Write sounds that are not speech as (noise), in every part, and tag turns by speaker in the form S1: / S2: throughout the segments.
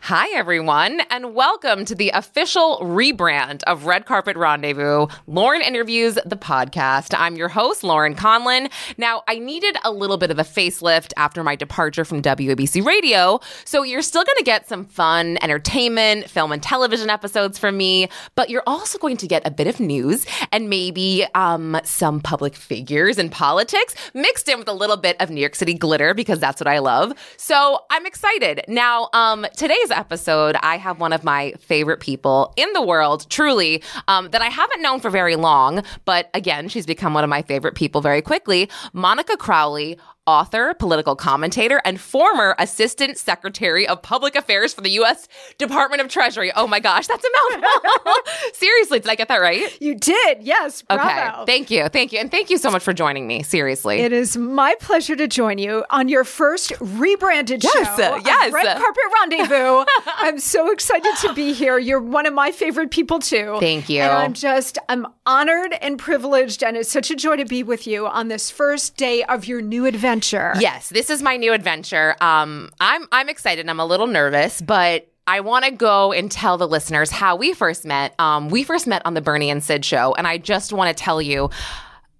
S1: Hi, everyone, and welcome to the official rebrand of Red Carpet Rendezvous, Lauren Interviews the Podcast. I'm your host, Lauren Conlin. Now, I needed a little bit of a facelift after my departure from WABC Radio, so you're still going to get some fun entertainment, film and television episodes from me, but you're also going to get a bit of news and maybe um, some public figures and politics mixed in with a little bit of New York City glitter because that's what I love. So I'm excited. Now, um, today's episode, I have one of my favorite people in the world, truly, um, that I haven't known for very long, but again, she's become one of my favorite people very quickly. Monica Crowley, author, political commentator, and former Assistant Secretary of Public Affairs for the U.S. Department of Treasury. Oh my gosh, that's a
S2: (laughs)
S1: mouthful. Seriously, did I get that right?
S2: You did, yes. Bravo.
S1: Okay. Thank you. Thank you. And thank you so much for joining me. Seriously.
S2: it is my pleasure to join you on your first rebranded
S1: Yes,
S2: show, of
S1: yes.
S2: Red Carpet
S1: (laughs)
S2: Rendezvous. I'm so excited to be here. You're one of my favorite people too.
S1: Thank you.
S2: And I'm just I'm honored and privileged, and it's such a joy to be with you on this first day of your new adventure.
S1: Yes, this is my new adventure. Um, I'm I'm excited. and I'm a little nervous, but I want to go and tell the listeners how we first met. Um, we first met on the Bernie and Sid show, and I just want to tell you.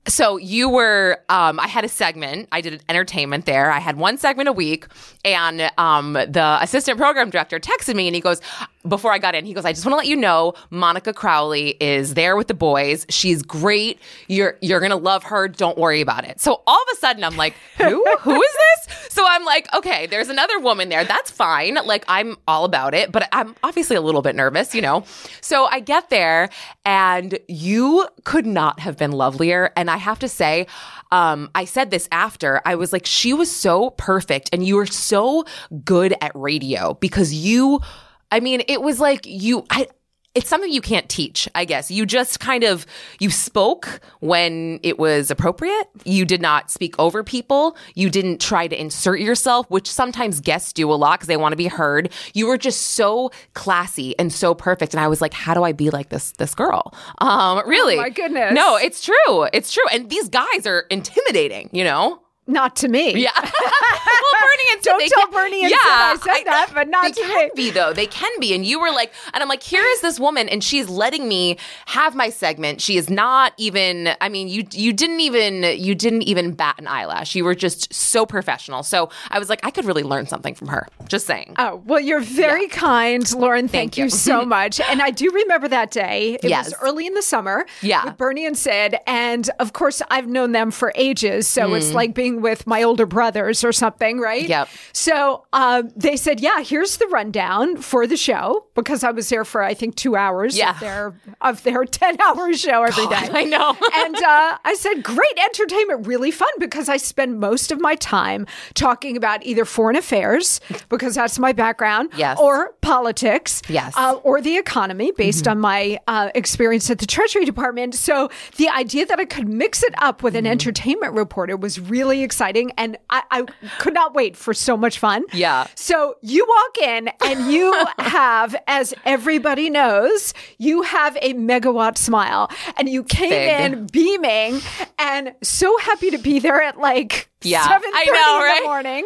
S1: So you were, um, I had a segment. I did an entertainment there. I had one segment a week, and um, the assistant program director texted me, and he goes, before I got in, he goes, I just want to let you know Monica Crowley is there with the boys. She's great. You're you're gonna love her. Don't worry about it. So all of a sudden I'm like, who? who is this? So I'm like, okay, there's another woman there. That's fine. Like I'm all about it, but I'm obviously a little bit nervous, you know. So I get there and you could not have been lovelier. And I have to say, um, I said this after. I was like, she was so perfect, and you were so good at radio because you I mean, it was like you I it's something you can't teach, I guess. You just kind of you spoke when it was appropriate. You did not speak over people. You didn't try to insert yourself, which sometimes guests do a lot cuz they want to be heard. You were just so classy and so perfect and I was like, how do I be like this this girl? Um really?
S2: Oh my goodness.
S1: No, it's true. It's true. And these guys are intimidating, you know?
S2: Not to me.
S1: Yeah. well, Bernie and Sid,
S2: Don't
S1: they
S2: tell
S1: can't-
S2: Bernie and
S1: yeah,
S2: Sid I said
S1: I-
S2: that, but not
S1: they
S2: to
S1: can
S2: me.
S1: be though. They can be. And you were like, and I'm like, here is this woman, and she's letting me have my segment. She is not even. I mean, you you didn't even you didn't even bat an eyelash. You were just so professional. So I was like, I could really learn something from her. Just saying.
S2: Oh, well, you're very kind, Lauren. Thank,
S1: Thank
S2: you.
S1: you. (laughs)
S2: so much. And I do remember that day. It
S1: Yes.
S2: was early in the summer
S1: Yeah.
S2: with Bernie and Sid. And of course, I've known them for ages. So it's like being with my older brothers or something, right?
S1: Mm. Yep.
S2: So um, they said, yeah, here's the rundown for the show because I was there for, I think, two hours
S1: Yeah.
S2: of their of their (laughs) 10 hour show every day.
S1: I know.
S2: and uh, I said, great entertainment, really fun because I spend most of my time talking about either foreign affairs, because that's my background,
S1: Yes.
S2: or politics,
S1: Yes. Mm-hmm.
S2: uh, or the economy based on my uh, experience at the Treasury Department. So the idea that I could mix it up with an
S1: Mm-hmm.
S2: entertainment reporter was really exciting. And I, I could not wait for so much fun.
S1: Yeah.
S2: So you walk in
S1: (laughs)
S2: and you have, as everybody knows, you have a megawatt smile. And you came
S1: Big.
S2: in beaming and so happy to be there at like
S1: Yeah,
S2: 7.30
S1: I know,
S2: in
S1: right? (laughs)
S2: the morning.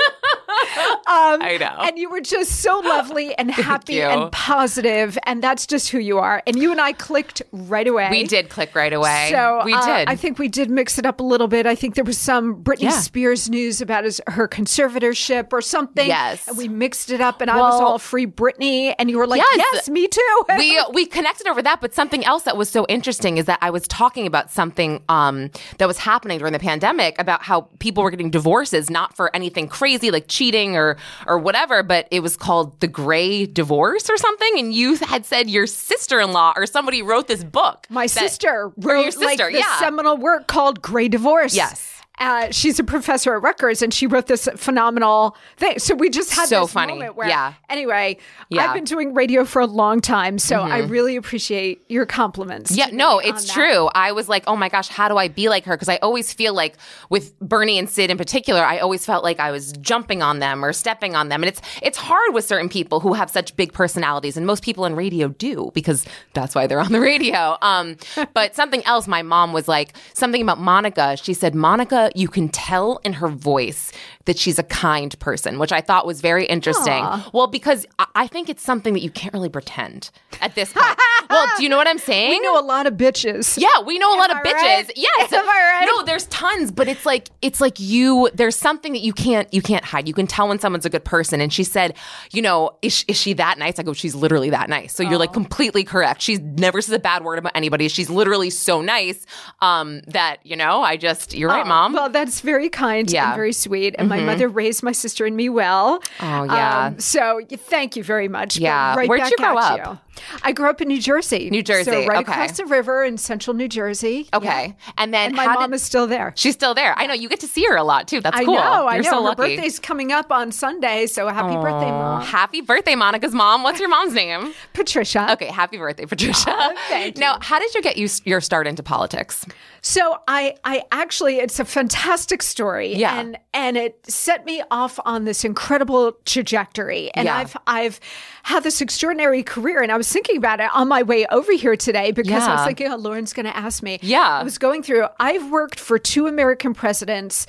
S2: um,
S1: I know.
S2: And you were just so lovely and happy
S1: you.
S2: and positive, And that's just who you are. And you and I clicked right away.
S1: we did click right away.
S2: So
S1: we
S2: uh,
S1: did.
S2: I think we did mix it up a little bit. I think there was some Britney
S1: Yeah.
S2: Spears news about his, her conservatorship or something.
S1: Yes.
S2: and we mixed it up, and I was
S1: Well-
S2: all free Britney, and you were like,
S1: Yes.
S2: "Yes, me too." (laughs)
S1: we uh, we connected over that but something else that was so interesting is that i was talking about something um, that was happening during the pandemic about how people were getting divorces not for anything crazy like cheating or or whatever but it was called the gray divorce or something and you had said your sister-in-law or somebody wrote this book
S2: My
S1: that-
S2: sister
S1: or
S2: wrote
S1: your
S2: like
S1: sister
S2: this
S1: yeah
S2: seminal work called "Gray Divorce."
S1: Yes.
S2: Uh, she's a professor at Rutgers, and she wrote this phenomenal thing. So we just had
S1: So
S2: this
S1: funny.
S2: moment where,
S1: Yeah.
S2: Anyway,
S1: Yeah. Mm-hmm.
S2: I've been doing radio for a long time, so I really appreciate your compliments.
S1: Yeah,
S2: to
S1: no,
S2: me on
S1: it's
S2: that.
S1: true. I was like, oh my gosh, how do I be like her? Because I always feel like with Bernie and Sid in particular, I always felt like I was jumping on them or stepping on them, and it's it's hard with certain people who have such big personalities, and most people in radio do because that's why they're on the radio. Um, but something else, my mom was like something about Monica. She said, Monica, you can tell in her voice that she's a kind person, which I thought was very interesting. Well, because I- I think it's something that you can't really pretend at this point. well, do you know what I'm saying?
S2: (laughs) We know a lot of bitches.
S1: Yeah, we know a lot
S2: I
S1: of bitches.
S2: right?
S1: Yes.
S2: (laughs) Am I right?
S1: No, there's tons, but it's like it's like you there's something that you can't you can't hide. You can tell when someone's a good person. And she said, you know, is, she- is she that nice? I go, she's literally that nice. So you're
S2: Oh.
S1: like completely correct. She never says a bad word about anybody. She's literally so nice um that, you know, I just you're
S2: Oh.
S1: right, mom.
S2: Well, that's very kind
S1: Yeah. Mm-hmm.
S2: and very sweet. And my mother raised my sister and me well.
S1: Oh, yeah.
S2: Um, so y- thank you very much. But
S1: Yeah.
S2: Right
S1: Where'd
S2: back
S1: you grow
S2: at
S1: up?
S2: you. I grew up in New Jersey.
S1: New Jersey,
S2: So right
S1: okay.
S2: across the river in central New Jersey.
S1: okay.
S2: Yeah.
S1: And then
S2: And my
S1: how
S2: mom
S1: did-
S2: is still there.
S1: She's still there. I know you get to see her a lot too. That's
S2: I
S1: cool.
S2: know. I
S1: You're
S2: know.
S1: so
S2: Her
S1: lucky.
S2: birthday's coming up on Sunday. So happy birthday, mom.
S1: Happy birthday, Monica's mom. What's your mom's name?
S2: Patricia.
S1: Okay, happy birthday, Patricia.
S2: (laughs) Oh, thank you.
S1: Now, how did you get you, your start into politics?
S2: So I I actually it's a fantastic story
S1: Yeah.
S2: and and it set me off on this incredible trajectory and
S1: Yeah.
S2: I've I've had this extraordinary career and I was thinking about it on my way over here today because I
S1: Yeah.
S2: was thinking oh Lauren's going to ask me
S1: Yeah.
S2: I was going through I've worked for two American presidents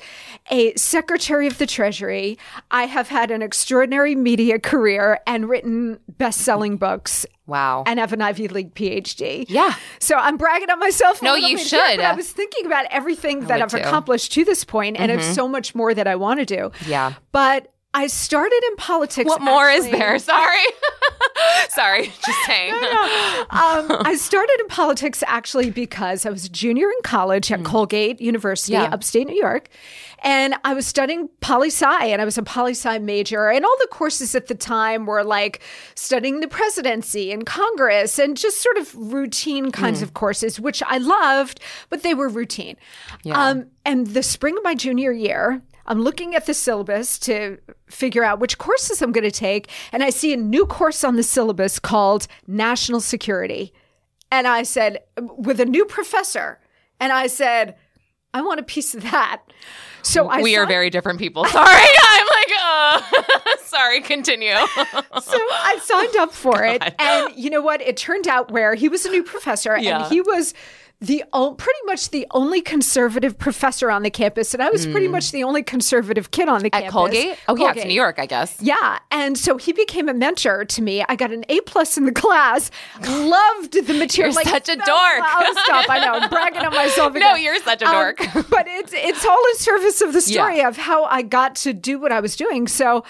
S2: a secretary of the treasury I have had an extraordinary media career and written best-selling books
S1: Wow.
S2: and have an Ivy League PhD.
S1: Yeah.
S2: So I'm bragging on myself. a
S1: No,
S2: little
S1: you
S2: bit here,
S1: should.
S2: but I was thinking about everything that
S1: would
S2: I've
S1: too. Mm-hmm.
S2: accomplished to this point, and I have so much more that I want to do.
S1: Yeah.
S2: But I started in politics.
S1: what more is
S2: actually-
S1: there? Sorry. (laughs) Sorry, just saying.
S2: (laughs)
S1: (laughs)
S2: um, I started in politics actually because I was a junior in college
S1: Mm.
S2: at Colgate University,
S1: Yeah.
S2: upstate New York, and I was studying poli sci, and I was a poli sci major. And all the courses at the time were like studying the presidency and Congress and just sort of routine kinds of courses, which I loved, but they were routine. Um, and the spring of my junior year, I'm looking at the syllabus to figure out which courses I'm going to take. And I see a new course on the syllabus called National Security. And I said, with a new professor. And I said, I want a piece of that. So I
S1: we are
S2: signed-
S1: very different
S2: (laughs)
S1: people. Sorry. I'm like, uh, (laughs) sorry,
S2: (laughs)
S1: continue.
S2: so I signed
S1: (laughs)
S2: up for it. And you know what? It turned out where he was a new professor
S1: Yeah.
S2: and he was the o- pretty much the only conservative professor on the campus. And I was pretty much the only conservative kid on the
S1: Hmm. At
S2: campus.
S1: Colgate? Oh, yeah, it's
S2: Colgate.
S1: New York, I guess.
S2: Yeah. And so he became a mentor to me. I got an A plus in the class, loved the material.
S1: You're such a
S2: so
S1: dork.
S2: loud stuff. I know. I'm bragging on
S1: (laughs)
S2: myself.
S1: No,
S2: again. Um,
S1: you're such a dork.
S2: (laughs) but it's it's all in service of the story
S1: Yeah.
S2: of how I got to do what I was doing. So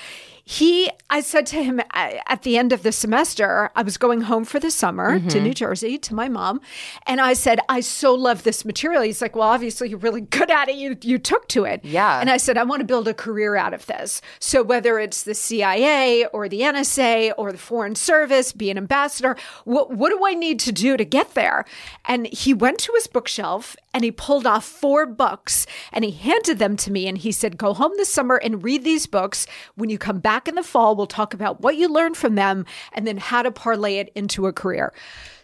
S2: he, I said to him a- at the end of the semester, I was going home for the summer to
S1: Mm-hmm.
S2: New Jersey to my mom, and I said, I so love this material. He's like, Well, obviously you're really good at it. You you took to it.
S1: Yeah.
S2: And I said, I want to build a career out of this. So whether it's the CIA or the NSA or the Foreign Service, be an ambassador, what, what do I need to do to get there? And he went to his bookshelf and he pulled off four books and he handed them to me and he said, Go home this summer and read these books. When you come back in the fall, we'll talk about what you learned from them and then how to parlay it into a career.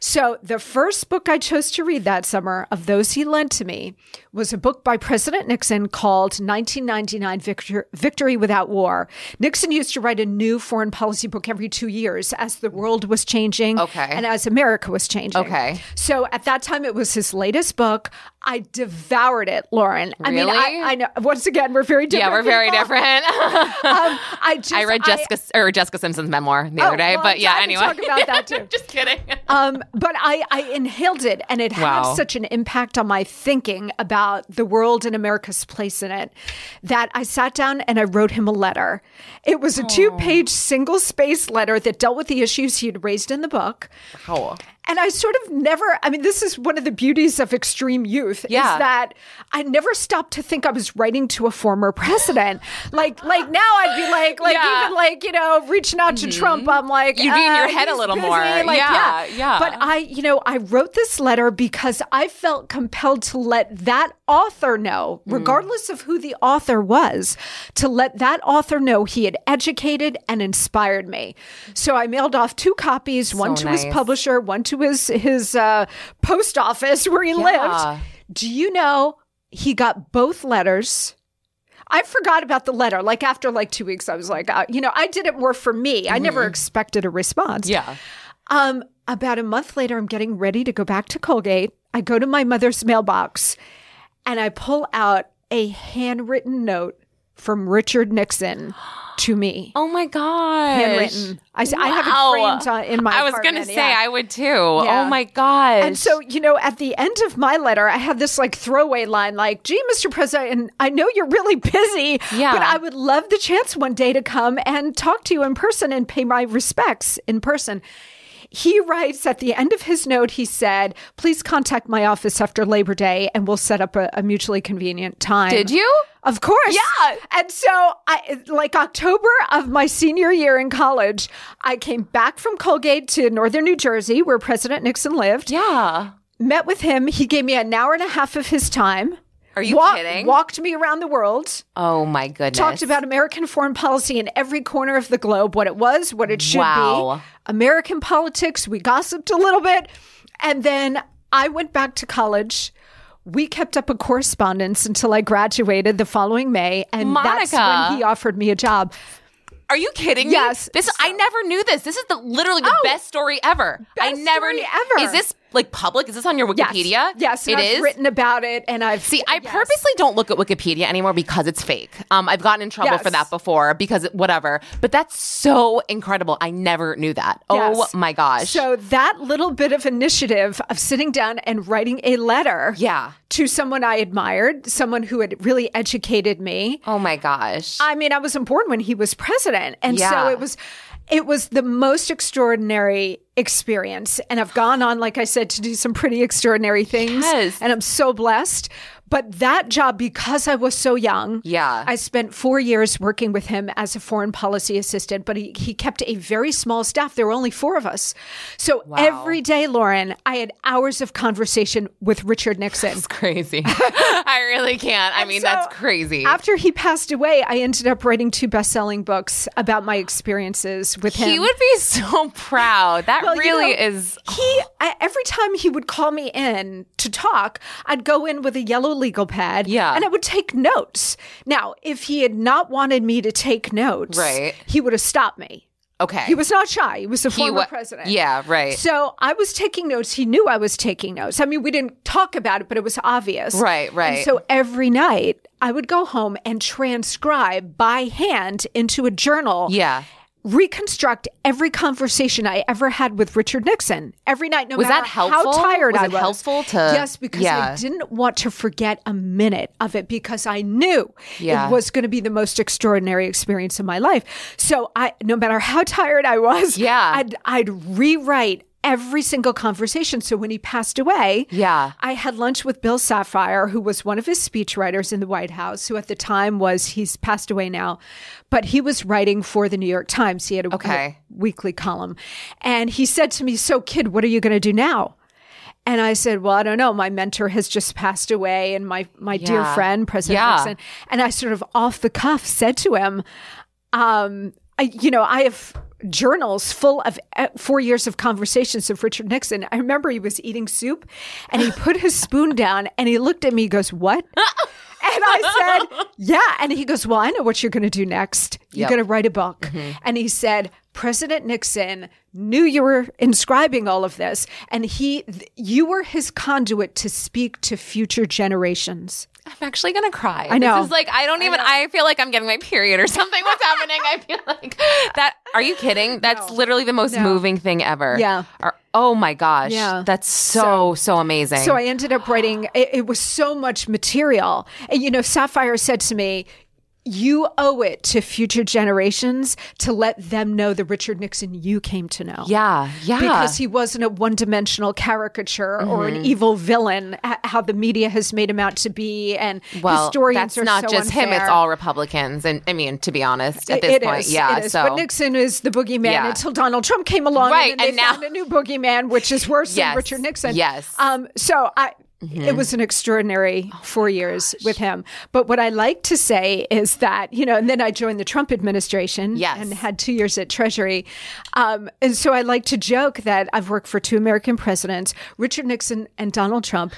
S2: So the first book I chose to read that summer of those he lent to me was a book by President Nixon called 1999 Victor- Victory Without War. Nixon used to write a new foreign policy book every two years as the world was changing
S1: Okay.
S2: and as America was changing.
S1: Okay.
S2: So at that time, it was his latest book. I devoured it, Lauren. I mean,
S1: Really?
S2: I, I know. Once again, we're very different.
S1: Yeah, we're very
S2: people. (laughs)
S1: different.
S2: Um, I,
S1: (laughs)
S2: just,
S1: I read Jessica or Jessica Simpson's memoir the
S2: Oh,
S1: other day,
S2: well,
S1: but
S2: I'm
S1: yeah,
S2: glad we
S1: anyway.
S2: talked about that, too.
S1: (laughs) just kidding.
S2: um, but I, I inhaled it and it had
S1: Wow.
S2: such an impact on my thinking about the world and America's place in it that I sat down and I wrote him a letter. It was a two page, single space letter that dealt with the issues he had raised in the book.
S1: Wow.
S2: And I sort of never, I mean, this is one of the beauties of extreme youth
S1: Yeah.
S2: is that I never stopped to think I was writing to a former president. like, like now I'd be like, like
S1: Yeah.
S2: even like, you know, reaching out to Trump, I'm like,
S1: You'd be in your
S2: uh,
S1: head a
S2: he's
S1: little
S2: busy.
S1: more.
S2: Like,
S1: Yeah, yeah.
S2: But I, you know, I wrote this letter because I felt compelled to let that author know,
S1: Mm.
S2: regardless of who the author was, to let that author know he had educated and inspired me. So I mailed off two copies, one to his
S1: nice.
S2: publisher, one to his his uh, post office (laughs) where he
S1: Yeah.
S2: lived. Do you know he got both letters? I forgot about the letter. Like after like two weeks, I was like, uh, you know, I did it more for me. I never
S1: Mm.
S2: expected a response.
S1: Yeah.
S2: Um, about a month later, I'm getting ready to go back to Colgate. I go to my mother's mailbox and I pull out a handwritten note from Richard Nixon to me.
S1: (gasps) Oh my god.
S2: handwritten. I, s- I have
S1: Wow.
S2: it framed on, in my
S1: I was gonna
S2: apartment,
S1: say
S2: yeah.
S1: I would too.
S2: Yeah.
S1: Oh my gosh.
S2: And so, you know, at the end of my letter, I had this like throwaway line like, gee, Mr. President, and I know you're really busy,
S1: Yeah.
S2: but I would love the chance one day to come and talk to you in person and pay my respects in person. He writes at the end of his note, he said, please contact my office after Labor Day and we'll set up a, a mutually convenient time.
S1: did you?
S2: Of course.
S1: Yeah.
S2: And so I like October of my senior year in college, I came back from Colgate to northern New Jersey where President Nixon lived.
S1: Yeah.
S2: Met with him, he gave me an hour and a half of his time.
S1: Are you
S2: Wa-
S1: kidding?
S2: Walked me around the world,
S1: Oh my goodness.
S2: talked about American foreign policy in every corner of the globe, what it was, what it should
S1: Wow.
S2: be. American politics, we gossiped a little bit. And then I went back to college. We kept up a correspondence until I graduated the following May. And that's
S1: Monica.
S2: when he offered me a job.
S1: Are you kidding me?
S2: Yes. Oh.
S1: This I never knew this. This is the literally the best story ever. I
S2: Best
S1: never
S2: story
S1: knew-
S2: ever.
S1: Is this like public? Is this on your
S2: Yes.
S1: Wikipedia?
S2: Yes.
S1: it
S2: and I've
S1: is.
S2: written about it. And I've.
S1: See, I purposely don't look at Wikipedia anymore because it's fake. Um, I've gotten in trouble for
S2: Yes.
S1: that before because it- whatever. But that's so incredible. I never knew that. Oh
S2: Yes.
S1: my gosh.
S2: So that little bit of initiative of sitting down and writing a letter
S1: yeah.
S2: to someone I admired, someone who had really educated me.
S1: Oh my gosh.
S2: I mean, I wasn't born when he was president. And
S1: Yeah.
S2: so it was it was the most extraordinary experience. And I've gone on, like I said, to do some pretty extraordinary things.
S1: Yes.
S2: And I'm so blessed. But that job, because I was so young,
S1: Yeah.
S2: I spent four years working with him as a foreign policy assistant, but he, he kept a very small staff. There were only four of us. So every day, Lauren, I had hours of conversation with Richard Nixon.
S1: it's crazy. (laughs) I really can't. I mean,
S2: so
S1: that's crazy.
S2: After he passed away, I ended up writing two best-selling books about my experiences with him.
S1: he would be so
S2: (laughs)
S1: proud. That
S2: Well, you
S1: really
S2: know,
S1: is
S2: He I- every time he would call me in to talk, I'd go in with a yellow legal pad,
S1: Yeah.
S2: and I would take notes. Now, if he had not wanted me to take notes,
S1: Right.
S2: he would have stopped me.
S1: okay.
S2: He was not shy. He was a
S1: He
S2: former
S1: wa-
S2: president.
S1: Yeah, right.
S2: So I was taking notes. He knew I was taking notes. I mean, we didn't talk about it, but it was obvious.
S1: Right, right.
S2: And so every night I would go home and transcribe by hand into a journal,
S1: yeah.
S2: reconstruct every conversation I ever had with Richard Nixon every night, no
S1: Was
S2: matter
S1: that helpful?
S2: how tired
S1: Was
S2: I
S1: it
S2: was.
S1: helpful to-
S2: Yes, because
S1: Yeah.
S2: I didn't want to forget a minute of it because I knew
S1: Yeah.
S2: it was going to be the most extraordinary experience of my life. So I, no matter how tired I was,
S1: Yeah.
S2: I'd, I'd rewrite every single conversation. So when he passed away,
S1: Yeah.
S2: I had lunch with Bill Sapphire, who was one of his speechwriters in the White House, who at the time was, he's passed away now, but he was writing for the New York Times. He had a,
S1: Okay.
S2: a weekly column. And he said to me, So, kid, what are you going to do now? And I said, Well, I don't know. My mentor has just passed away, and my, my dear
S1: Yeah.
S2: friend, President
S1: Yeah.
S2: Nixon. And I sort of off the cuff said to him, um, I, you know, I have journals full of uh, four years of conversations of Richard Nixon. I remember he was eating soup and he put his spoon down and he looked at me, he goes, What? And I said, Yeah. And he goes, Well, I know what you're going to do next. You're
S1: Yep.
S2: going to write a book. And he said, President Nixon knew you were inscribing all of this, and he, th- you were his conduit to speak to future generations.
S1: I'm actually gonna cry.
S2: I know.
S1: This is like I don't even. I, feel like I'm getting my period or something. What's happening? I feel like that. Are you
S2: (laughs)
S1: kidding? That's literally the most moving thing ever.
S2: Yeah.
S1: Or- oh my gosh.
S2: Yeah.
S1: That's so so, amazing.
S2: So I ended up writing, it, it was so much material. And, you know, Sapphire said to me, you owe it to future generations to let them know the Richard Nixon you came to know.
S1: yeah. Yeah.
S2: Because he wasn't a one dimensional caricature or
S1: Mm-hmm.
S2: an evil villain, h- how the media has made him out to be. And
S1: well,
S2: historians
S1: that's
S2: are
S1: not
S2: so
S1: just him.
S2: unfair.
S1: It's all Republicans. And I mean, to be honest, at
S2: It-
S1: this
S2: it
S1: point,
S2: is,
S1: yeah.
S2: it is.
S1: So
S2: But Nixon is the boogeyman
S1: Yeah.
S2: until Donald Trump came along,
S1: Right,
S2: And, then
S1: and
S2: they
S1: now-
S2: found a new boogeyman, which is worse
S1: Yes, Mm-hmm. Oh
S2: than Richard Nixon.
S1: yes.
S2: Um. So I. it was an extraordinary four years with him. But what I like to say is that, you know, and then I joined the Trump administration
S1: Yes.
S2: and had two years at Treasury. Um, and so I like to joke that I've worked for two American presidents, Richard Nixon and Donald
S1: (laughs)
S2: Trump,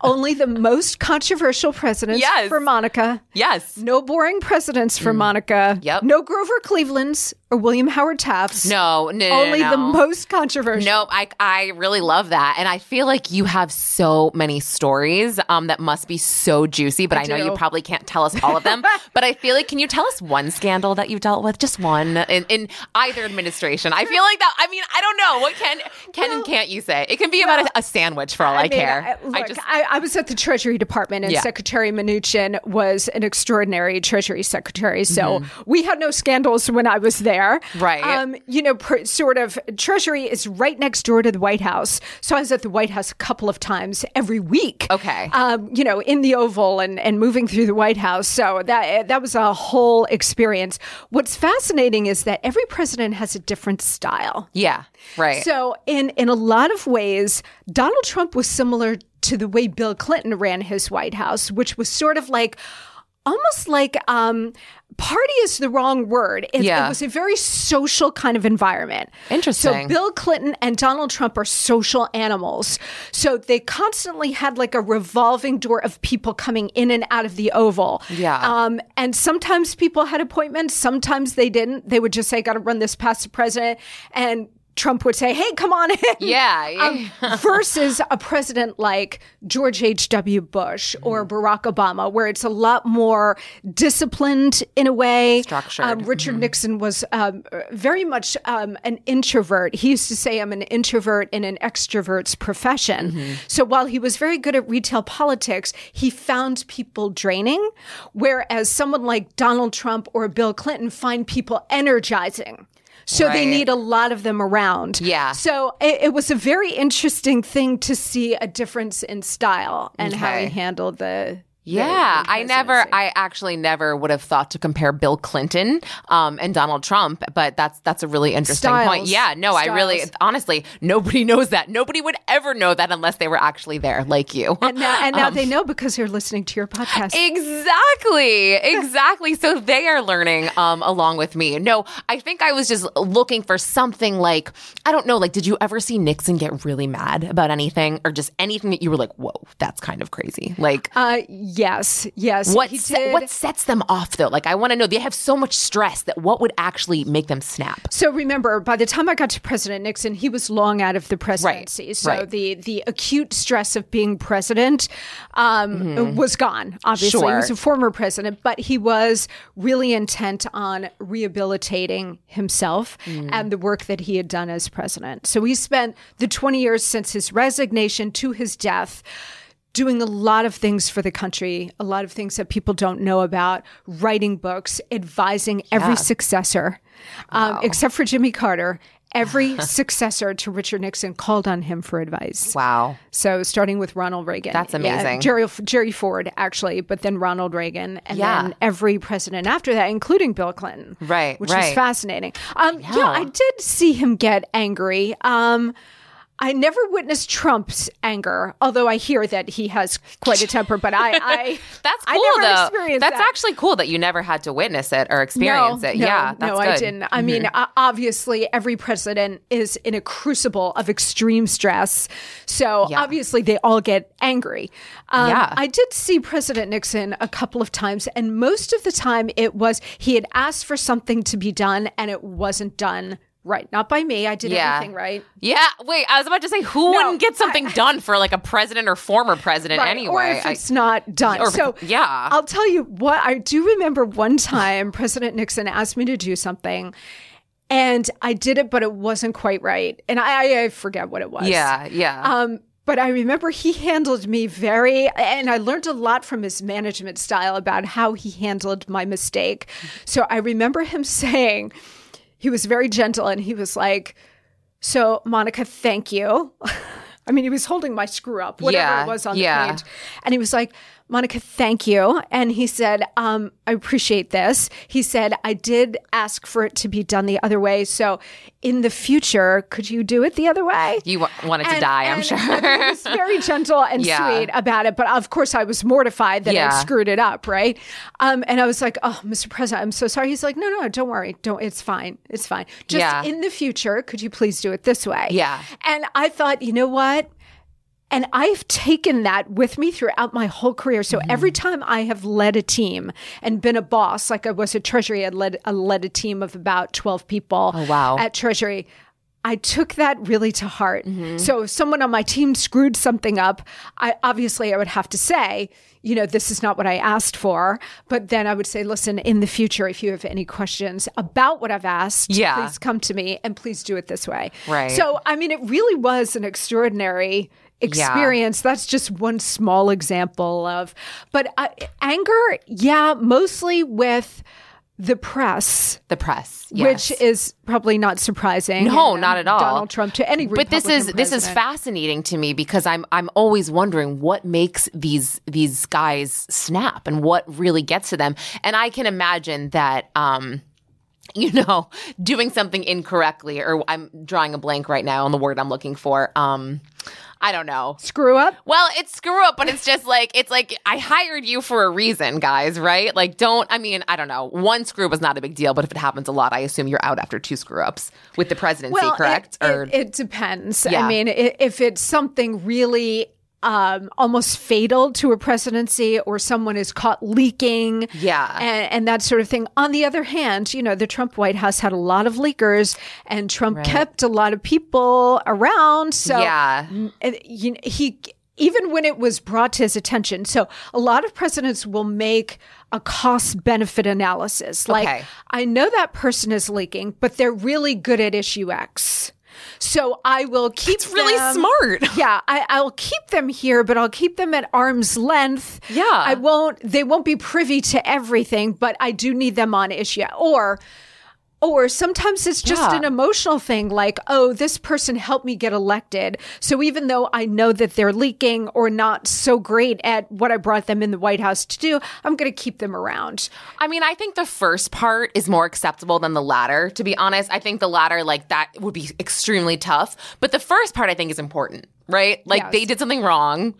S2: only the most controversial presidents
S1: Yes.
S2: for Monica.
S1: Yes. Mm.
S2: No boring presidents for Monica.
S1: Yep.
S2: No Grover Clevelands or William Howard Tafts.
S1: No, no, no,
S2: Only
S1: no.
S2: the most controversial.
S1: Nope, I I really love that, and I feel like you have so many stories um, that must be so juicy. But I, know
S2: do.
S1: you probably can't tell us all of
S2: (laughs)
S1: them. but I feel like, can you tell us one scandal that you've dealt with, just one in, in either administration? I feel like that. I mean, I don't know what can can and can't you say. It can be about a, a sandwich for all I,
S2: mean,
S1: care.
S2: I, look, I, I, was at the Treasury Department, and
S1: Yeah.
S2: Secretary Mnuchin was an extraordinary Treasury Secretary. So we had no scandals when I was there.
S1: Mm-hmm. Right.
S2: Um, you know, pr- sort of, Treasury is right next door to the White House. So I was at the White House a couple of times every week.
S1: Okay.
S2: Um, you know, in the Oval and, and moving through the White House. So that, that was a whole experience. What's fascinating is that every president has a different style.
S1: yeah, right.
S2: So in in a lot of ways, Donald Trump was similar to the way Bill Clinton ran his White House, which was sort of like almost like um party is the wrong word. It,
S1: Yeah.
S2: it was a very social kind of environment.
S1: Interesting.
S2: So Bill Clinton and Donald Trump are social animals. So they constantly had like a revolving door of people coming in and out of the oval.
S1: Yeah.
S2: Um, and sometimes people had appointments, sometimes they didn't. They would just say, got to run this past the president. And Trump would say, hey, come on in.
S1: yeah,
S2: Um, versus a president like George H.W. Bush
S1: Mm-hmm.
S2: or Barack Obama, where it's a lot more disciplined in a way.
S1: Structured. Mm-hmm.
S2: Um, Richard Nixon was um, very much um, an introvert. He used to say, I'm an introvert in an extrovert's profession.
S1: Mm-hmm.
S2: So while he was very good at retail politics, he found people draining, whereas someone like Donald Trump or Bill Clinton find people energizing. So they
S1: Right.
S2: need a lot of them around.
S1: Yeah.
S2: So it, it was a very interesting thing to see a difference in style and how he
S1: Okay.
S2: handled the.
S1: Yeah, I never, I actually never would have thought to compare Bill Clinton um, and Donald Trump, but that's that's a really interesting point.
S2: Styles.
S1: Yeah, no, I really,
S2: Styles.
S1: honestly, nobody (laughs) knows that. Nobody would ever know that unless they were actually there, like you. (laughs)
S2: And now, and now
S1: Um,
S2: they know because they're listening to your podcast.
S1: Exactly. Exactly. so they are learning um, along with me. No, I think I was just looking for something like, I don't know, like, did you ever see Nixon get really mad about anything or just anything that you were like, whoa, that's kind of crazy? Like,
S2: uh, yes, yes.
S1: what
S2: he
S1: se- what sets them off though? Like I want to know. They have so much stress that what would actually make them snap?
S2: So remember, by the time I got to President Nixon, he was long out of the presidency. So
S1: right.
S2: the the acute stress of being president um,
S1: Mm-hmm.
S2: was gone. Obviously,
S1: Sure.
S2: he was a former president, but he was really intent on rehabilitating himself and the work that he had done as president. So he spent the twenty years since his resignation to his death. Doing a lot of things for the country, a lot of things that people don't know about, writing books, advising every successor um, except for Jimmy Carter. Every successor to Richard Nixon called on him for advice.
S1: Wow.
S2: So, starting with Ronald Reagan.
S1: That's
S2: Yeah,
S1: amazing.
S2: Jerry, Jerry Ford, actually, but then Ronald Reagan, and
S1: Yeah.
S2: then every president after that, including Bill Clinton.
S1: Right,
S2: Which was
S1: right.
S2: fascinating. Um, yeah. I did see him get angry. Um, I never witnessed Trump's anger, although I hear that he has quite a temper, but I. I
S1: (laughs) That's cool
S2: I never
S1: though.
S2: experienced
S1: that's
S2: that.
S1: actually cool that you never had to witness it or experience it.
S2: No,
S1: yeah, that's
S2: no, I
S1: good. Mm-hmm.
S2: didn't. I mean, o- obviously, every president is in a crucible of extreme stress, so
S1: Yeah.
S2: obviously they all get angry. Um,
S1: Yeah.
S2: I did see President Nixon a couple of times, and most of the time it was he had asked for something to be done, and it wasn't done right. Not by me. I did
S1: Yeah.
S2: everything right.
S1: Yeah, wait. I was about to say, who wouldn't get
S2: (laughs)
S1: something done for like a president or former president
S2: Right,
S1: anyway?
S2: Or if
S1: I-
S2: it's not done.
S1: Or-
S2: so
S1: yeah.
S2: I'll tell you what I do remember one time President Nixon asked me to do something and I did it, but it wasn't quite right. And I, I, I forget what it was.
S1: yeah, yeah.
S2: Um, but I remember he handled me very, and I learned a lot from his management style about how he handled my mistake. So I remember him (laughs) saying, he was very gentle and he was like, So, Monica, (laughs) thank you. I mean, he was holding my screw up, whatever
S1: Yeah,
S2: it was on
S1: yeah.
S2: the page. And he was like, Monica, thank you. And he said, um, I appreciate this. He said, I did ask for it to be done the other way. So in the future, could you do it the other way?
S1: You wa- wanted to die, I'm
S2: and-
S1: sure.
S2: I mean, he
S1: (laughs)
S2: was very gentle and
S1: Yeah.
S2: sweet about it, but of course I was mortified that
S1: Yeah.
S2: I screwed it up, right? Um, and I was like, "Oh, Mr. President, I'm so sorry." He's like, "No, no, don't worry. Don't. It's fine. It's fine. Just
S1: Yeah.
S2: in the future, could you please do it this way?"
S1: Yeah.
S2: And I thought, you know what? And I've taken that with me throughout my whole career. So every
S1: Mm.
S2: time I have led a team and been a boss, like I was at Treasury, I led, I led a team of about 12 people
S1: Oh, wow.
S2: at Treasury. I took that really to heart.
S1: Mm-hmm.
S2: So if someone on my team screwed something up, I obviously I would have to say, you know, this is not what I asked for. But then I would say, listen, in the future, if you have any questions about what I've asked,
S1: Yeah.
S2: please come to me and please do it this way.
S1: Right.
S2: So I mean, it really was an extraordinary experience. That's just one small example of, but uh, anger, yeah, mostly with the press
S1: the press, yes.
S2: which is probably not surprising.
S1: No,
S2: And, um,
S1: not at all.
S2: Donald Trump to any,
S1: but this is
S2: Republican
S1: this is
S2: president.
S1: fascinating to me because I'm I'm always wondering what makes these these guys snap and what really gets to them. And I can imagine that um (laughs) you know, doing something incorrectly or I'm drawing a blank right now on the word I'm looking for. Um I don't know.
S2: Screw up.
S1: Well, it's screw up, but it's just like it's like I hired you for a reason, guys, right? Like don't I mean, I don't know. One screw up is not a big deal, but if it happens a lot, I assume you're out after two screw ups with the presidency,
S2: Well, it-
S1: correct?
S2: It, it, depends.
S1: Yeah.
S2: I mean, i if it's something really. Um, almost fatal to a presidency, or someone is caught leaking,
S1: Yeah.
S2: and, and that sort of thing. On the other hand, you know the Trump White House had a lot of leakers, and Trump kept a lot of people around. So
S1: Yeah.
S2: Mm, and, you know, he even when it was brought to his attention so a lot of presidents will make a cost benefit analysis like
S1: Okay.
S2: i know that person is leaking but they're really good at issue x so i will keep
S1: It's really
S2: them-
S1: smart. (laughs)
S2: (laughs) yeah I, i'll keep them here but i'll keep them at arm's length
S1: Yeah.
S2: i won't they won't be privy to everything but i do need them on issue or or sometimes it's just
S1: Yeah.
S2: an emotional thing like, oh, this person helped me get elected. So even though I know that they're leaking or not so great at what I brought them in the White House to do, I'm going to keep them around.
S1: I mean, I think the first part is more acceptable than the latter, to be honest. I think the latter, like, that would be extremely tough. But the first part, I think, is important, right? Like,
S2: Yes.
S1: they did something wrong,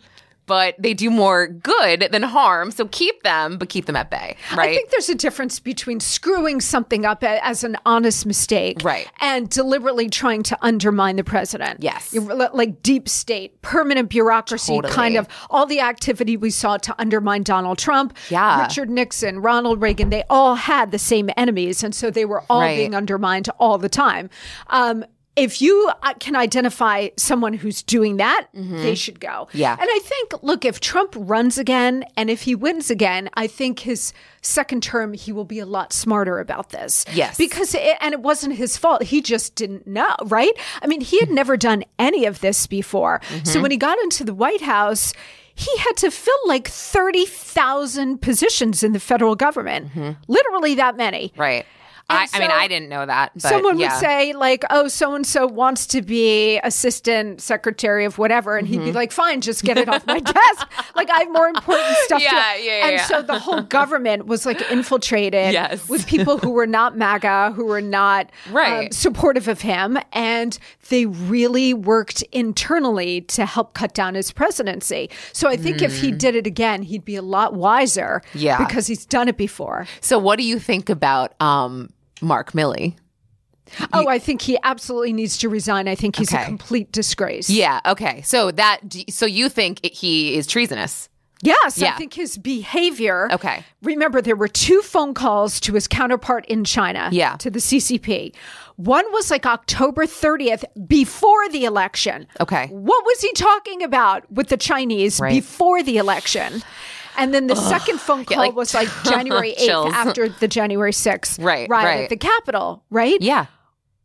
S1: but they do more good than harm. So keep them, but keep them at bay, right?
S2: I think there's a difference between screwing something up a- as an honest mistake
S1: Right.
S2: and deliberately trying to undermine the president.
S1: Yes.
S2: You're li- like deep state, permanent bureaucracy,
S1: Totally.
S2: kind of all the activity we saw to undermine Donald Trump,
S1: Yeah.
S2: Richard Nixon, Ronald Reagan, they all had the same enemies. And so they were all
S1: Right.
S2: being undermined all the time. Um, if you uh, can identify someone who's doing that, they should go.
S1: Mm-hmm. Yeah.
S2: And I think, look, if Trump runs again and if he wins again, I think his second term, he will be a lot smarter about this.
S1: Yes.
S2: Because, it, and it wasn't his fault. He just didn't know, right? I mean, he had
S1: Mm-hmm.
S2: never done any of this before. So when he got into the White House, he had to fill like 30,000 positions in the federal government,
S1: Mm-hmm.
S2: literally that many.
S1: right. I, I mean,
S2: so-
S1: I didn't know that. But
S2: Someone
S1: yeah.
S2: would say, like, oh, so and so wants to be assistant secretary of whatever. And
S1: Mm-hmm.
S2: he'd be like, fine, just get it off
S1: (laughs)
S2: my desk. Like, I have more important stuff
S1: Yeah,
S2: to
S1: yeah,
S2: And
S1: yeah.
S2: so the whole government was like infiltrated
S1: Yes.
S2: with people who were not MAGA, who were not um,
S1: Right.
S2: supportive of him. And they really worked internally to help cut down his presidency. So I think if he did it again, he'd be a lot wiser
S1: Mm. Yeah.
S2: because he's done it before.
S1: So, what do you think about um, Mark Milley?
S2: Oh, I think he absolutely needs to resign. I think he's
S1: Okay.
S2: a complete disgrace.
S1: Yeah. Okay. So, that, do- so you think it, he is treasonous?
S2: Yes,
S1: Yeah.
S2: I think his behavior.
S1: Okay.
S2: Remember, there were two phone calls to his counterpart in China.
S1: Yeah.
S2: To the CCP. One was like October 30th before the election.
S1: Okay.
S2: What was he talking about with the Chinese
S1: Right.
S2: before the election? And then the second phone call
S1: like- (laughs)
S2: was like January 8th
S1: Chills.
S2: after the January 6th
S1: Right,
S2: riot
S1: right.
S2: at the Capitol, right?
S1: Yeah.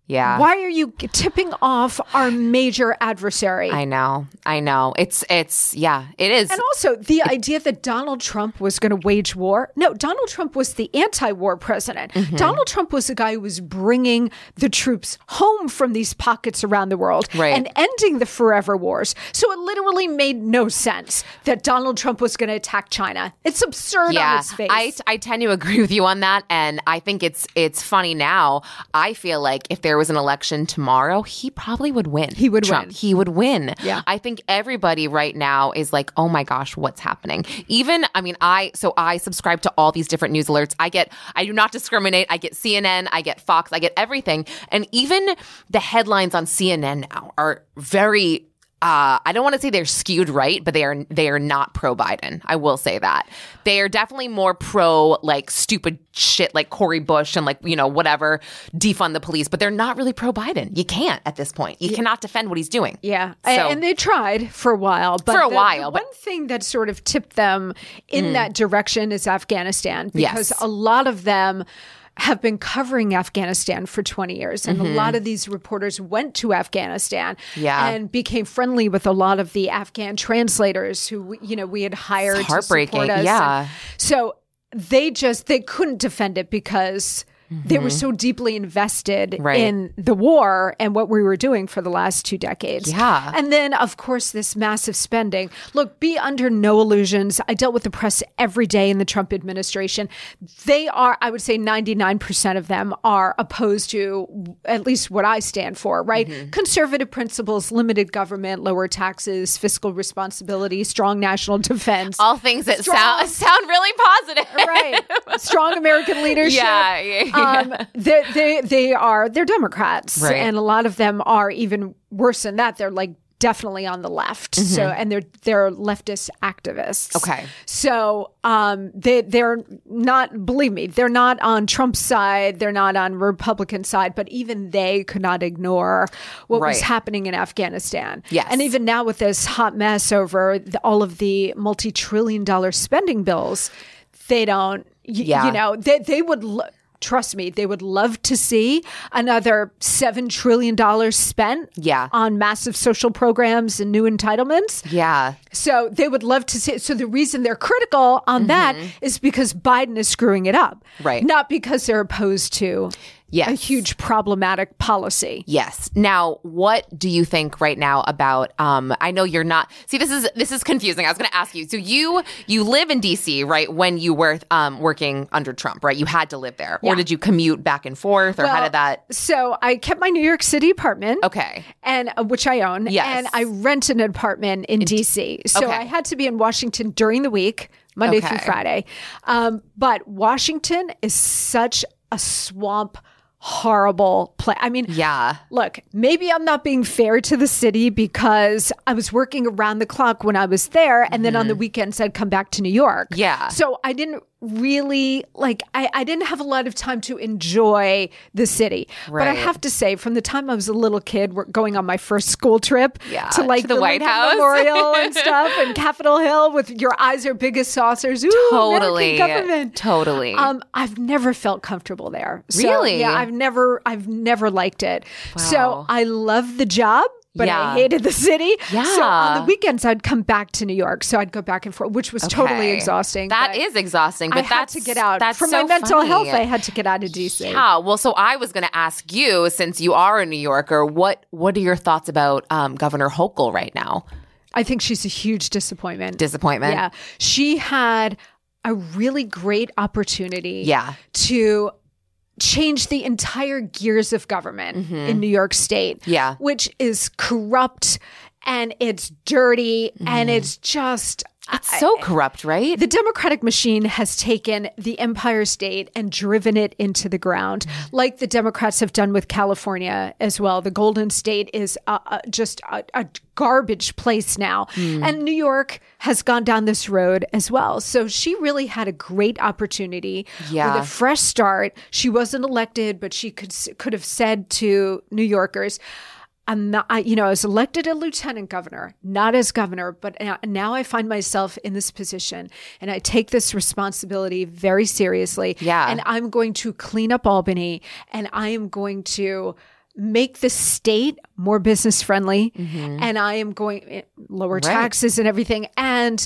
S1: Yeah.
S2: Why are you tipping off our major adversary?
S1: I know. I know. It's it's yeah, it is.
S2: And also the idea that Donald Trump was going to wage war. No, Donald Trump was the anti war president.
S1: Mm-hmm.
S2: Donald Trump was the guy who was bringing the troops home from these pockets around the world
S1: Right.
S2: and ending the forever wars. So it literally made no sense that Donald Trump was going to attack China. It's absurd on
S1: yeah,
S2: its face.
S1: I, I tend to agree (laughs) with you on that, and I think it's it's funny now. I feel like if there was an election tomorrow, he probably would win. He
S2: would
S1: Trump.
S2: win.
S1: He would win.
S2: Yeah.
S1: I think everybody right now is like, oh my gosh, what's happening? Even I mean, I so I subscribe to all these different news alerts. I get I do not discriminate. I get CNN, I get Fox, I get everything, and even the headlines on CNN now are very. Uh, I don't want to say they're skewed right, but they are they are not pro Biden. I will say that they are definitely more pro like stupid shit like Cory Bush and like you know whatever defund the police, but they're not really pro Biden. You can't at this point. You cannot defend what he's doing.
S2: Yeah,
S1: So-
S2: A- and they tried for a while. But
S1: For a
S2: the-
S1: while,
S2: the
S1: but- Mm.
S2: one thing that sort of tipped them in that direction is Afghanistan because
S1: Yes.
S2: a lot of them have been covering Afghanistan for 20 years and a lot of these reporters went to Afghanistan
S1: Mm-hmm. Yeah.
S2: and became friendly with a lot of the Afghan translators who we- you know we had hired to support
S1: heartbreaking,
S2: us.
S1: yeah.
S2: And so they just they couldn't defend it because they were so deeply invested
S1: Mm-hmm. Right.
S2: in the war and what we were doing for the last two decades.
S1: Yeah.
S2: And then, of course, this massive spending. Look, be under no illusions. I dealt with the press every day in the Trump administration. They are, I would say, 99% of them are opposed to at least what I stand for, right? Conservative principles, limited government, lower taxes, fiscal responsibility, strong national defense.
S1: all things that sound sound really positive. (laughs)
S2: right. Strong American leadership.
S1: Yeah, yeah,
S2: Um, they, they, they are, they're Democrats.
S1: Right.
S2: And a lot of them are even worse than that. They're like definitely on the left. So, and they're, they're leftist activists.
S1: Mm-hmm. Okay.
S2: So, um, they, they're not, believe me, they're not on Trump's side. They're not on Republican side, but even they could not ignore what was
S1: Right.
S2: happening in Afghanistan.
S1: Yes.
S2: And even now with this hot mess over the, all of the multi-trillion dollar spending bills, they don't, y-
S1: Yeah.
S2: you know, they, they would, lo- trust me, they would love to see another $7 trillion spent
S1: Yeah.
S2: on massive social programs and new entitlements.
S1: Yeah.
S2: So they would love to see it. So the reason they're critical on that is because Biden is screwing it up.
S1: Mm-hmm. Right.
S2: Not because they're opposed to
S1: Yes.
S2: a huge problematic policy.
S1: Yes. Now, what do you think right now about um I know you're not See, this is this is confusing. I was going to ask you. So you you live in DC, right, when you were um working under Trump, right? You had to live there. Or did you commute back and forth or how
S2: Well,
S1: did that
S2: So I kept my New York City apartment.
S1: Okay.
S2: and uh, which I own.
S1: Yes.
S2: And I rent an apartment in, DC. So
S1: okay.
S2: I had to be in Washington during the week, Monday through
S1: Okay.
S2: Friday. Um, but Washington is such a swamp, horrible place. I mean,
S1: Yeah.
S2: Look, maybe I'm not being fair to the city because I was working around the clock when I was there. And then on the weekends, I'd come back to New York.
S1: Mm-hmm. Yeah.
S2: So I didn't really like, I, I didn't have a lot of time to enjoy the city. But I
S1: Right.
S2: have to say, from the time I was a little kid, we're going on my first school trip
S1: Yeah,
S2: to like
S1: to the White
S2: Lincoln
S1: House.
S2: Memorial
S1: (laughs)
S2: and stuff and Capitol Hill with your eyes are big as saucers. Ooh, American
S1: Totally.
S2: government.
S1: Totally.
S2: Um, I've never felt comfortable there. So,
S1: Really?
S2: Yeah, I've never, I've never liked it. So
S1: Wow.
S2: I love the job. But
S1: Yeah.
S2: I hated the city. So on
S1: Yeah.
S2: the weekends, I'd come back to New York. So I'd go back and forth, which was totally
S1: Okay.
S2: exhausting.
S1: That
S2: but
S1: is exhausting, but
S2: I
S1: that's
S2: had to get out.
S1: That's
S2: For
S1: so
S2: my mental
S1: funny.
S2: health, I had to get out of DC.
S1: Yeah. Well, so I was going to ask you, since you are a New Yorker, what what are your thoughts about um, Governor Hochul right now?
S2: I think she's a huge disappointment.
S1: Disappointment.
S2: Yeah. She had a really great opportunity
S1: Yeah.
S2: to change the entire gears of government in New York State.
S1: Yeah.
S2: Which is corrupt and it's dirty and it's just
S1: It's so corrupt, right?
S2: the Democratic machine has taken the Empire State and driven it into the ground, like the Democrats have done with California as well. The Golden State is uh, uh, just a, a garbage place now. And New York has gone down this road as well. So she really had a great opportunity
S1: Yeah.
S2: with a fresh start. She wasn't elected, but she could s- could have said to New Yorkers, I'm not, I, you know, I was elected a lieutenant governor, not as governor, but now, now I find myself in this position and I take this responsibility very seriously.
S1: Yeah.
S2: And I'm going to clean up Albany and I am going to make the state more business friendly
S1: Mm-hmm.
S2: and I am going eh, lower taxes and everything and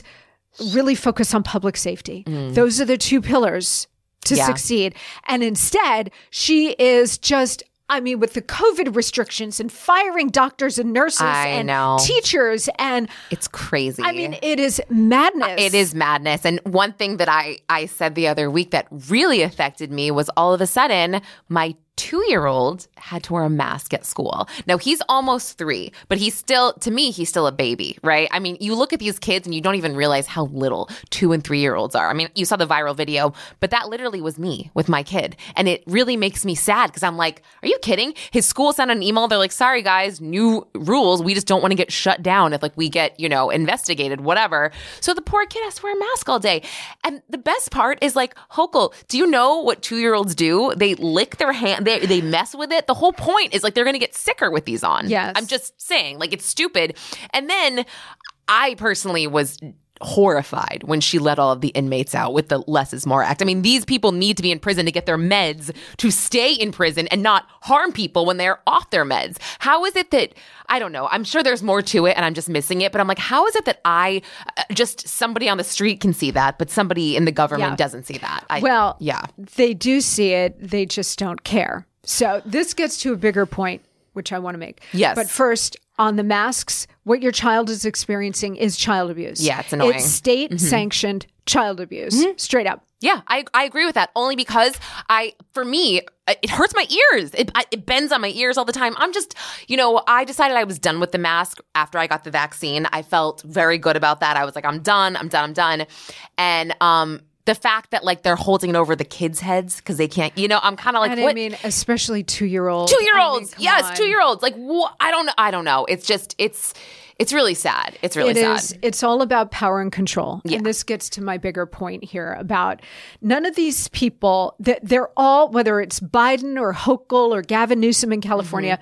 S2: really focus on public safety. Those are the two pillars to
S1: Mm. Yeah.
S2: succeed. And instead, she is just I mean, with the COVID restrictions and firing doctors and nurses
S1: I
S2: and
S1: know.
S2: teachers, and
S1: It's crazy.
S2: I mean, it is madness.
S1: It is madness. And one thing that I, I said the other week that really affected me was all of a sudden my two year old had to wear a mask at school. Now he's almost three, but he's still, to me, he's still a baby, right? I mean, you look at these kids and you don't even realize how little two and three year olds are. I mean, you saw the viral video, but that literally was me with my kid. And it really makes me sad because I'm like, are you kidding? His school sent an email. They're like, sorry guys, new rules. We just don't want to get shut down if like we get, you know, investigated, whatever. So the poor kid has to wear a mask all day. And the best part is like, Hokel, do you know what two year olds do? They lick their hand, they, they mess with it. The whole point is like they're going to get sicker with these on.
S2: Yes.
S1: I'm just saying, like, it's stupid. And then I personally was horrified when she let all of the inmates out with the less is more act. I mean, these people need to be in prison to get their meds to stay in prison and not harm people when they're off their meds. How is it that I don't know. I'm sure there's more to it and I'm just missing it, but I'm like how is it that I uh, just somebody on the street can see that, but somebody in the government
S2: Yeah.
S1: doesn't see that? I,
S2: Well,
S1: yeah.
S2: They do see it, they just don't care. So this gets to a bigger point, which I want to make.
S1: Yes.
S2: But first, on the masks, what your child is experiencing is child abuse.
S1: Yeah, it's annoying. Mm-hmm.
S2: state sanctioned child abuse, straight up.
S1: Yeah, I, I agree with that only because I, for me, uh, it hurts my ears. It, I- it bends on my ears all the time. I'm just, you know, I decided I was done with the mask after I got the vaccine. I felt very good about that. I was like, I'm done, I'm done, I'm done. And, um, the fact that like they're holding it over the kids' heads because they can't, you know, I'm kind of like,
S2: And
S1: what?
S2: I mean, especially two year olds.
S1: two year olds, yes, two year olds. Like, wh- I don't, I don't know. It's just, it's, it's really sad. It's really
S2: It
S1: sad.
S2: is. It's all about power and control. And this gets to my bigger point here about none of these people that they're all, whether it's Biden or Hochul or Gavin Newsom in
S1: Mm-hmm.
S2: California,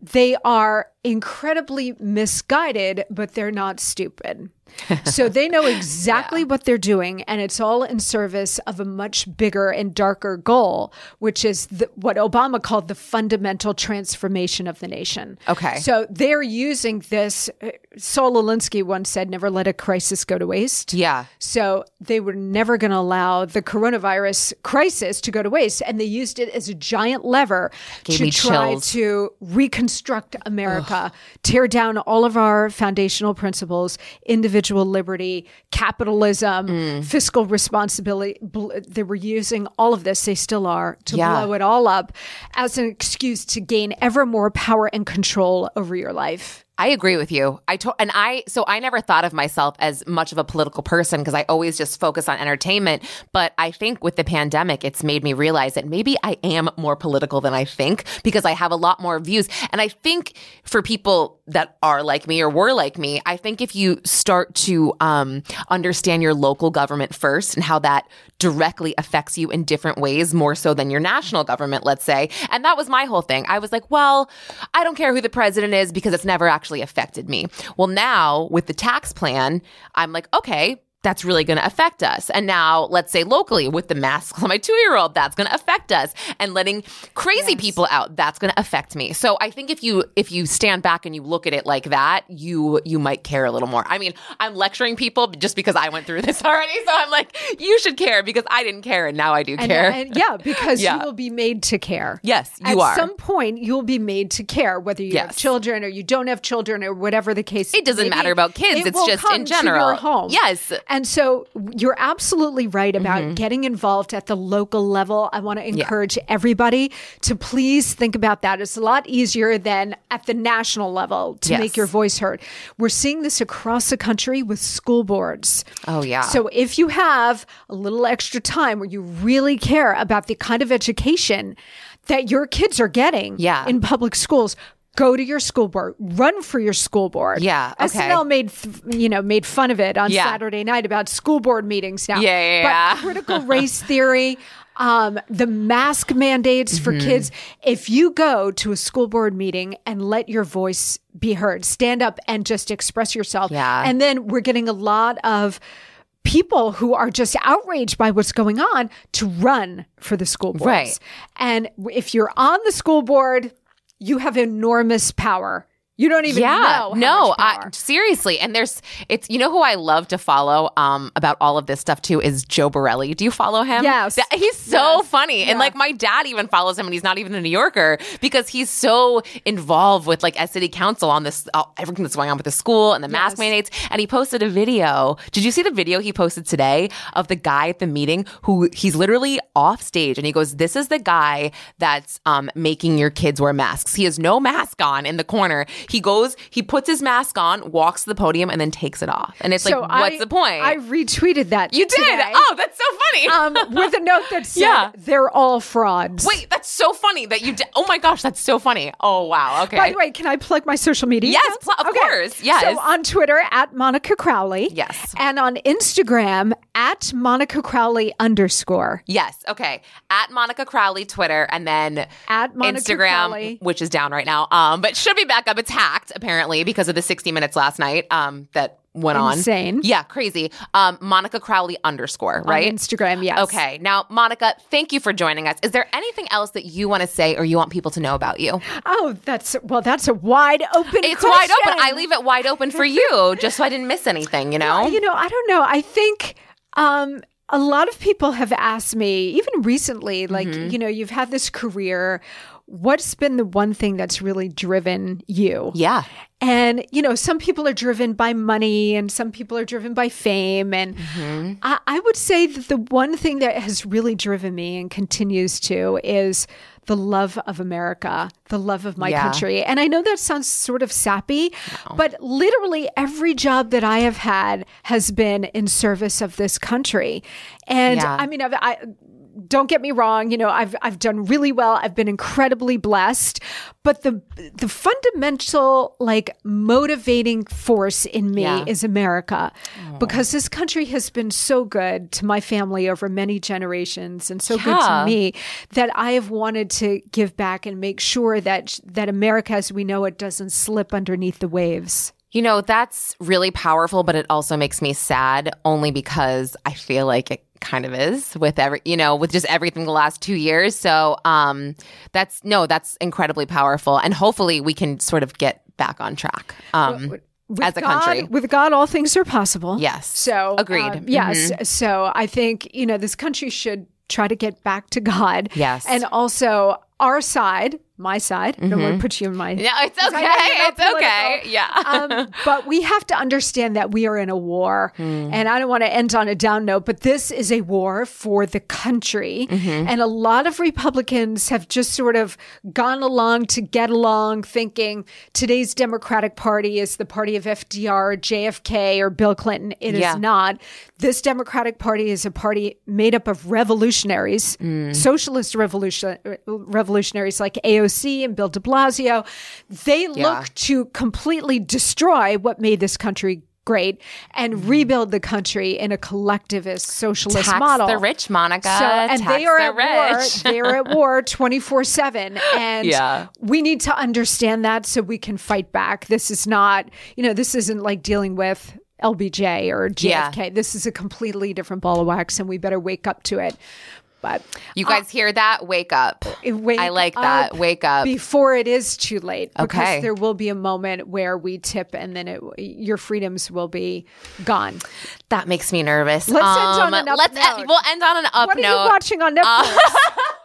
S2: they are incredibly misguided, but they're not stupid.
S1: (laughs)
S2: so they know exactly what they're doing, and it's all in service of a much bigger and darker goal, which is the, what Obama called the fundamental transformation of the nation.
S1: Okay.
S2: So they're using this. uh, Saul Alinsky once said, never let a crisis go to waste.
S1: Yeah.
S2: So they were never going to allow the coronavirus crisis to go to waste. And they used it as a giant lever
S1: Gave
S2: to
S1: me
S2: try
S1: chills.
S2: to reconstruct America, tear down all of our foundational principles, individual liberty, capitalism,
S1: Mm.
S2: fiscal responsibility. Bl- They were using all of this, they still are, to
S1: Yeah.
S2: blow it all up as an excuse to gain ever more power and control over your life.
S1: I agree with you. I to- and I so I never thought of myself as much of a political person because I always just focus on entertainment, but I think with the pandemic it's made me realize that maybe I am more political than I think because I have a lot more views. And I think for people that are like me or were like me, I think if you start to um, understand your local government first and how that directly affects you in different ways more so than your national government, let's say. And that was my whole thing. I was like, well, I don't care who the president is because it's never actually affected me. Well, now with the tax plan, I'm like, okay, that's really going to affect us. And now, let's say locally with the masks (laughs) on my two year old, that's going to affect us. And letting crazy people out, that's going to affect me. So I think if you if you stand back and you look at it like that, you you might care a little more. I mean, I'm lecturing people just because I went through (laughs) this already. So I'm like, you should care because I didn't care, and now I do
S2: And,
S1: care.
S2: and yeah,
S1: (laughs)
S2: because
S1: Yeah.
S2: you will be made to care.
S1: yes, you
S2: At
S1: are.
S2: some point, you'll be made to care whether you have
S1: Yes.
S2: children or you don't have children or whatever the case.
S1: It doesn't
S2: may be.
S1: matter about kids.
S2: It
S1: It's
S2: will
S1: just
S2: come
S1: in
S2: to your
S1: general.
S2: home.
S1: Yes. Mm-hmm.
S2: And so you're absolutely right about getting involved at the local level. I want to encourage everybody to please think about that. It's a lot easier than at the national level to
S1: Yes.
S2: make your voice heard. We're seeing this across the country with school boards.
S1: Oh, yeah.
S2: So if you have a little extra time where you really care about the kind of education that your kids are getting
S1: Yeah.
S2: in public schools, go to your school board, run for your school board.
S1: Yeah, okay.
S2: SNL made th- you know made fun of it on
S1: Yeah.
S2: Saturday night about school board meetings now.
S1: Yeah, yeah,
S2: but
S1: yeah. (laughs)
S2: critical race theory. Um, the mask mandates for kids. If you go to a school board meeting and let your voice be heard, stand up and just express yourself.
S1: Yeah.
S2: And then we're getting a lot of people who are just outraged by what's going on to run for the school boards.
S1: Right.
S2: And if you're on the school board, you have enormous power. You don't even
S1: yeah,
S2: know. how
S1: no,
S2: much
S1: I,
S2: power.
S1: seriously. And there's, it's, you know who I love to follow um, about all of this stuff too is Joe Borelli. Do you follow him?
S2: Yes.
S1: That- he's so
S2: Yes.
S1: funny. And
S2: Yeah.
S1: like my dad even follows him and he's not even a New Yorker because he's so involved with like as city council on this, uh, everything that's going on with the school and the mask
S2: Yes.
S1: mandates. And he posted a video. Did you see the video he posted today of the guy at the meeting who he's literally off stage and he goes, this is the guy that's um, making your kids wear masks. He has no mask on in the corner. He goes, he puts his mask on, walks to the podium and then takes it off. And it's
S2: So
S1: like,
S2: I-
S1: what's the point?
S2: I retweeted that.
S1: you did.
S2: today,
S1: Oh, that's so funny.
S2: um, with a note
S1: (laughs)
S2: that said,
S1: Yeah.
S2: "They're all frauds."
S1: Wait, that's so funny that you did. Oh my gosh, that's so funny. Oh wow. Okay.
S2: By the way, can I plug my social media?
S1: Yes,
S2: accounts?
S1: pl- of course. Yes.
S2: So on Twitter at Monica Crowley.
S1: Yes.
S2: And on Instagram at Monica Crowley underscore.
S1: Yes. Okay. At Monica Crowley Twitter and then
S2: At Monica
S1: Instagram,
S2: Crowley.
S1: which is down right now. Um, but should be back up. It's hacked apparently because of the 60 minutes last night. Um, that went
S2: Insane.
S1: on. Yeah, crazy. Um, Monica Crowley underscore
S2: On
S1: right.
S2: Instagram, yes.
S1: Okay. Now, Monica, thank you for joining us. Is there anything else that you want to say or you want people to know about you?
S2: Oh, that's well, that's a wide open.
S1: It's wide open. I
S2: question.
S1: leave it wide open for you just so I didn't miss anything, you
S2: (laughs)
S1: know?
S2: You know, I don't know. I think um, a lot of people have asked me, even recently, like,
S1: Mm-hmm.
S2: you know, you've had this career. What's been the one thing that's really driven you?
S1: yeah.
S2: And, you know, some people are driven by money and some people are driven by fame. And
S1: Mm-hmm.
S2: I, I would say that the one thing that has really driven me and continues to is the love of America, the love of my
S1: Yeah.
S2: country. And I know that sounds sort of sappy, but literally every job that I have had has been in service of this country. And
S1: Yeah.
S2: I mean, I've, I, don't get me wrong, you know, I've I've done really well. I've been incredibly blessed, but the the fundamental like motivating force in me
S1: Yeah. Oh.
S2: is America. Because this country has been so good to my family over many generations and so good
S1: Yeah.
S2: to me that I have wanted to give back and make sure that that America as we know it doesn't slip underneath the waves.
S1: You know, that's really powerful, but it also makes me sad only because I feel like it kind of is with every, you know, with just everything the last 2 years. So, um that's no, that's incredibly powerful and hopefully we can sort of get back on track. Um
S2: With
S1: As a
S2: God-
S1: country.
S2: with God all things are possible.
S1: yes.
S2: So
S1: agreed. Mm-hmm.
S2: um, yes. So I think you know this country should try to get back to God.
S1: Yes. Mm-hmm.
S2: And also our side, my side. I don't want to put you in my.
S1: No, it's okay.
S2: I know you're not
S1: It's okay.
S2: political.
S1: Yeah.
S2: Um, but we have to understand that we are in a war,
S1: Hmm.
S2: and I don't want to end on a down note. But this is a war for the country,
S1: Mm-hmm.
S2: and a lot of Republicans have just sort of gone along to get along, thinking today's Democratic Party is the party of FDR, JFK, or Bill Clinton. It is
S1: Yeah.
S2: not. This Democratic Party is a party made up of revolutionaries,
S1: Mm.
S2: socialist revolution, revolutionaries like AOC and Bill de Blasio. They look to completely destroy what made this country great and rebuild the country in a collectivist socialist
S1: Mm. Tax
S2: model.
S1: the rich, Monica.
S2: So, and
S1: Tax
S2: they are
S1: the
S2: at
S1: rich.
S2: war. They are at
S1: (laughs)
S2: war twenty four seven, and
S1: Yeah.
S2: we need to understand that so we can fight back. This is not, you know, this isn't like dealing with LBJ or
S1: Yeah.
S2: JFK. This is a completely different ball of wax, and we better wake up to it. But
S1: You guys hear that? Wake up.
S2: uh, wake
S1: I like that.
S2: up
S1: Wake up.
S2: before it is too late, because
S1: Okay.
S2: there will be a moment where we tip, and then it, your freedoms will be gone.
S1: That makes me nervous. Um,
S2: Let's end on an up
S1: let's
S2: note.
S1: End, we'll end on an up
S2: What are
S1: note.
S2: you watching on Netflix?
S1: Uh,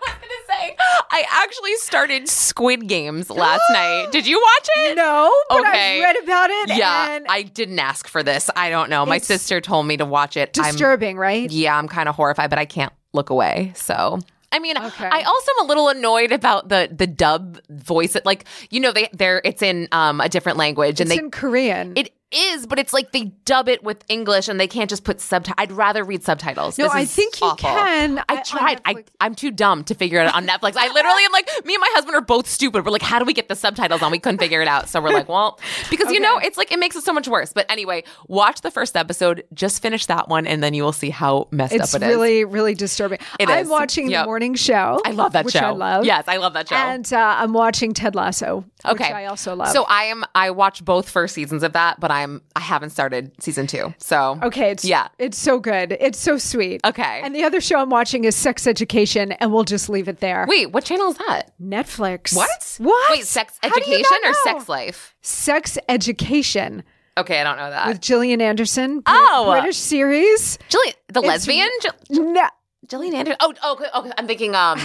S1: to say, (laughs) I actually started Squid Games
S2: (gasps)
S1: last night. Did you watch it?
S2: no, but
S1: Okay.
S2: I read about it.
S1: Yeah,
S2: and
S1: I didn't ask for this. I don't know. My
S2: It's
S1: sister told me to watch it. I'm,
S2: disturbing, right?
S1: yeah, I'm kind of horrified, but I can't look away. So. I mean,
S2: Okay.
S1: I also am a little annoyed about the the dub voice. Like, you know, they they're it's in um a different language, and
S2: It's
S1: they
S2: in Korean.
S1: it is, but it's like they dub it with English, and they can't just put subtitles. I'd rather read subtitles.
S2: No,
S1: This
S2: I
S1: is
S2: think you
S1: awful.
S2: can. I-
S1: I
S2: on
S1: tried. I,
S2: Netflix.
S1: I'm too dumb to figure it out on
S2: (laughs)
S1: Netflix. I literally am like, me and my husband are both stupid. We're like, how do we get the subtitles on? We couldn't figure it out. So we're like, well, because you know, it's like, it makes it so much worse. But anyway, watch the first episode, just finish that one, and then you will see how messed
S2: it's
S1: up it is.
S2: really, really disturbing.
S1: It
S2: I'm
S1: is.
S2: watching
S1: Yep.
S2: the morning show.
S1: I love that
S2: which
S1: show.
S2: I love.
S1: Yes, I love that show.
S2: And uh, I'm watching Ted Lasso,
S1: okay.
S2: which I also love.
S1: So I am I watch both first seasons of that, but time. I haven't started season two. So
S2: Okay, it's
S1: Yeah.
S2: it's so good. It's so sweet.
S1: Okay.
S2: And the other show I'm watching is Sex Education, and we'll just leave it there.
S1: Wait, what channel is that?
S2: Netflix.
S1: What?
S2: What?
S1: Wait, sex
S2: How do you
S1: education
S2: not
S1: or
S2: know?
S1: sex life?
S2: Sex Education
S1: Okay, I don't know that.
S2: with Gillian Anderson. Brit-
S1: Oh!
S2: British series.
S1: Jillian, the lesbian, Jill-
S2: No.
S1: Jillian Anderson. Oh, oh, okay, okay. I'm thinking
S2: (laughs)
S1: um,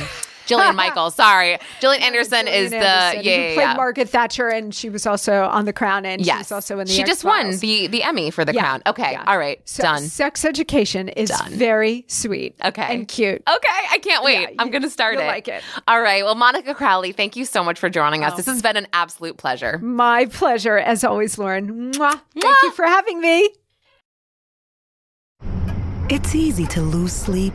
S1: Jillian Michaels. Sorry, Jillian Anderson
S2: Gillian
S1: is the
S2: Anderson,
S1: yeah,
S2: who
S1: yeah,
S2: played
S1: yeah.
S2: Margaret Thatcher, and she was also on The Crown, and she
S1: Yes,
S2: was also in the.
S1: she just won
S2: X-Files.
S1: the the Emmy for The
S2: Yeah.
S1: Crown. Okay,
S2: Yeah.
S1: all right,
S2: So
S1: done.
S2: Sex Education is
S1: Done.
S2: very sweet.
S1: Okay.
S2: And cute.
S1: Okay, I can't wait.
S2: Yeah,
S1: I'm going to start
S2: you'll
S1: it.
S2: like it. Oh.
S1: All right. Well, Monica Crowley, thank you so much for joining us. This has been an absolute pleasure.
S2: My pleasure, as always, Lauren. Mwah. Thank you for having me.
S3: It's easy to lose sleep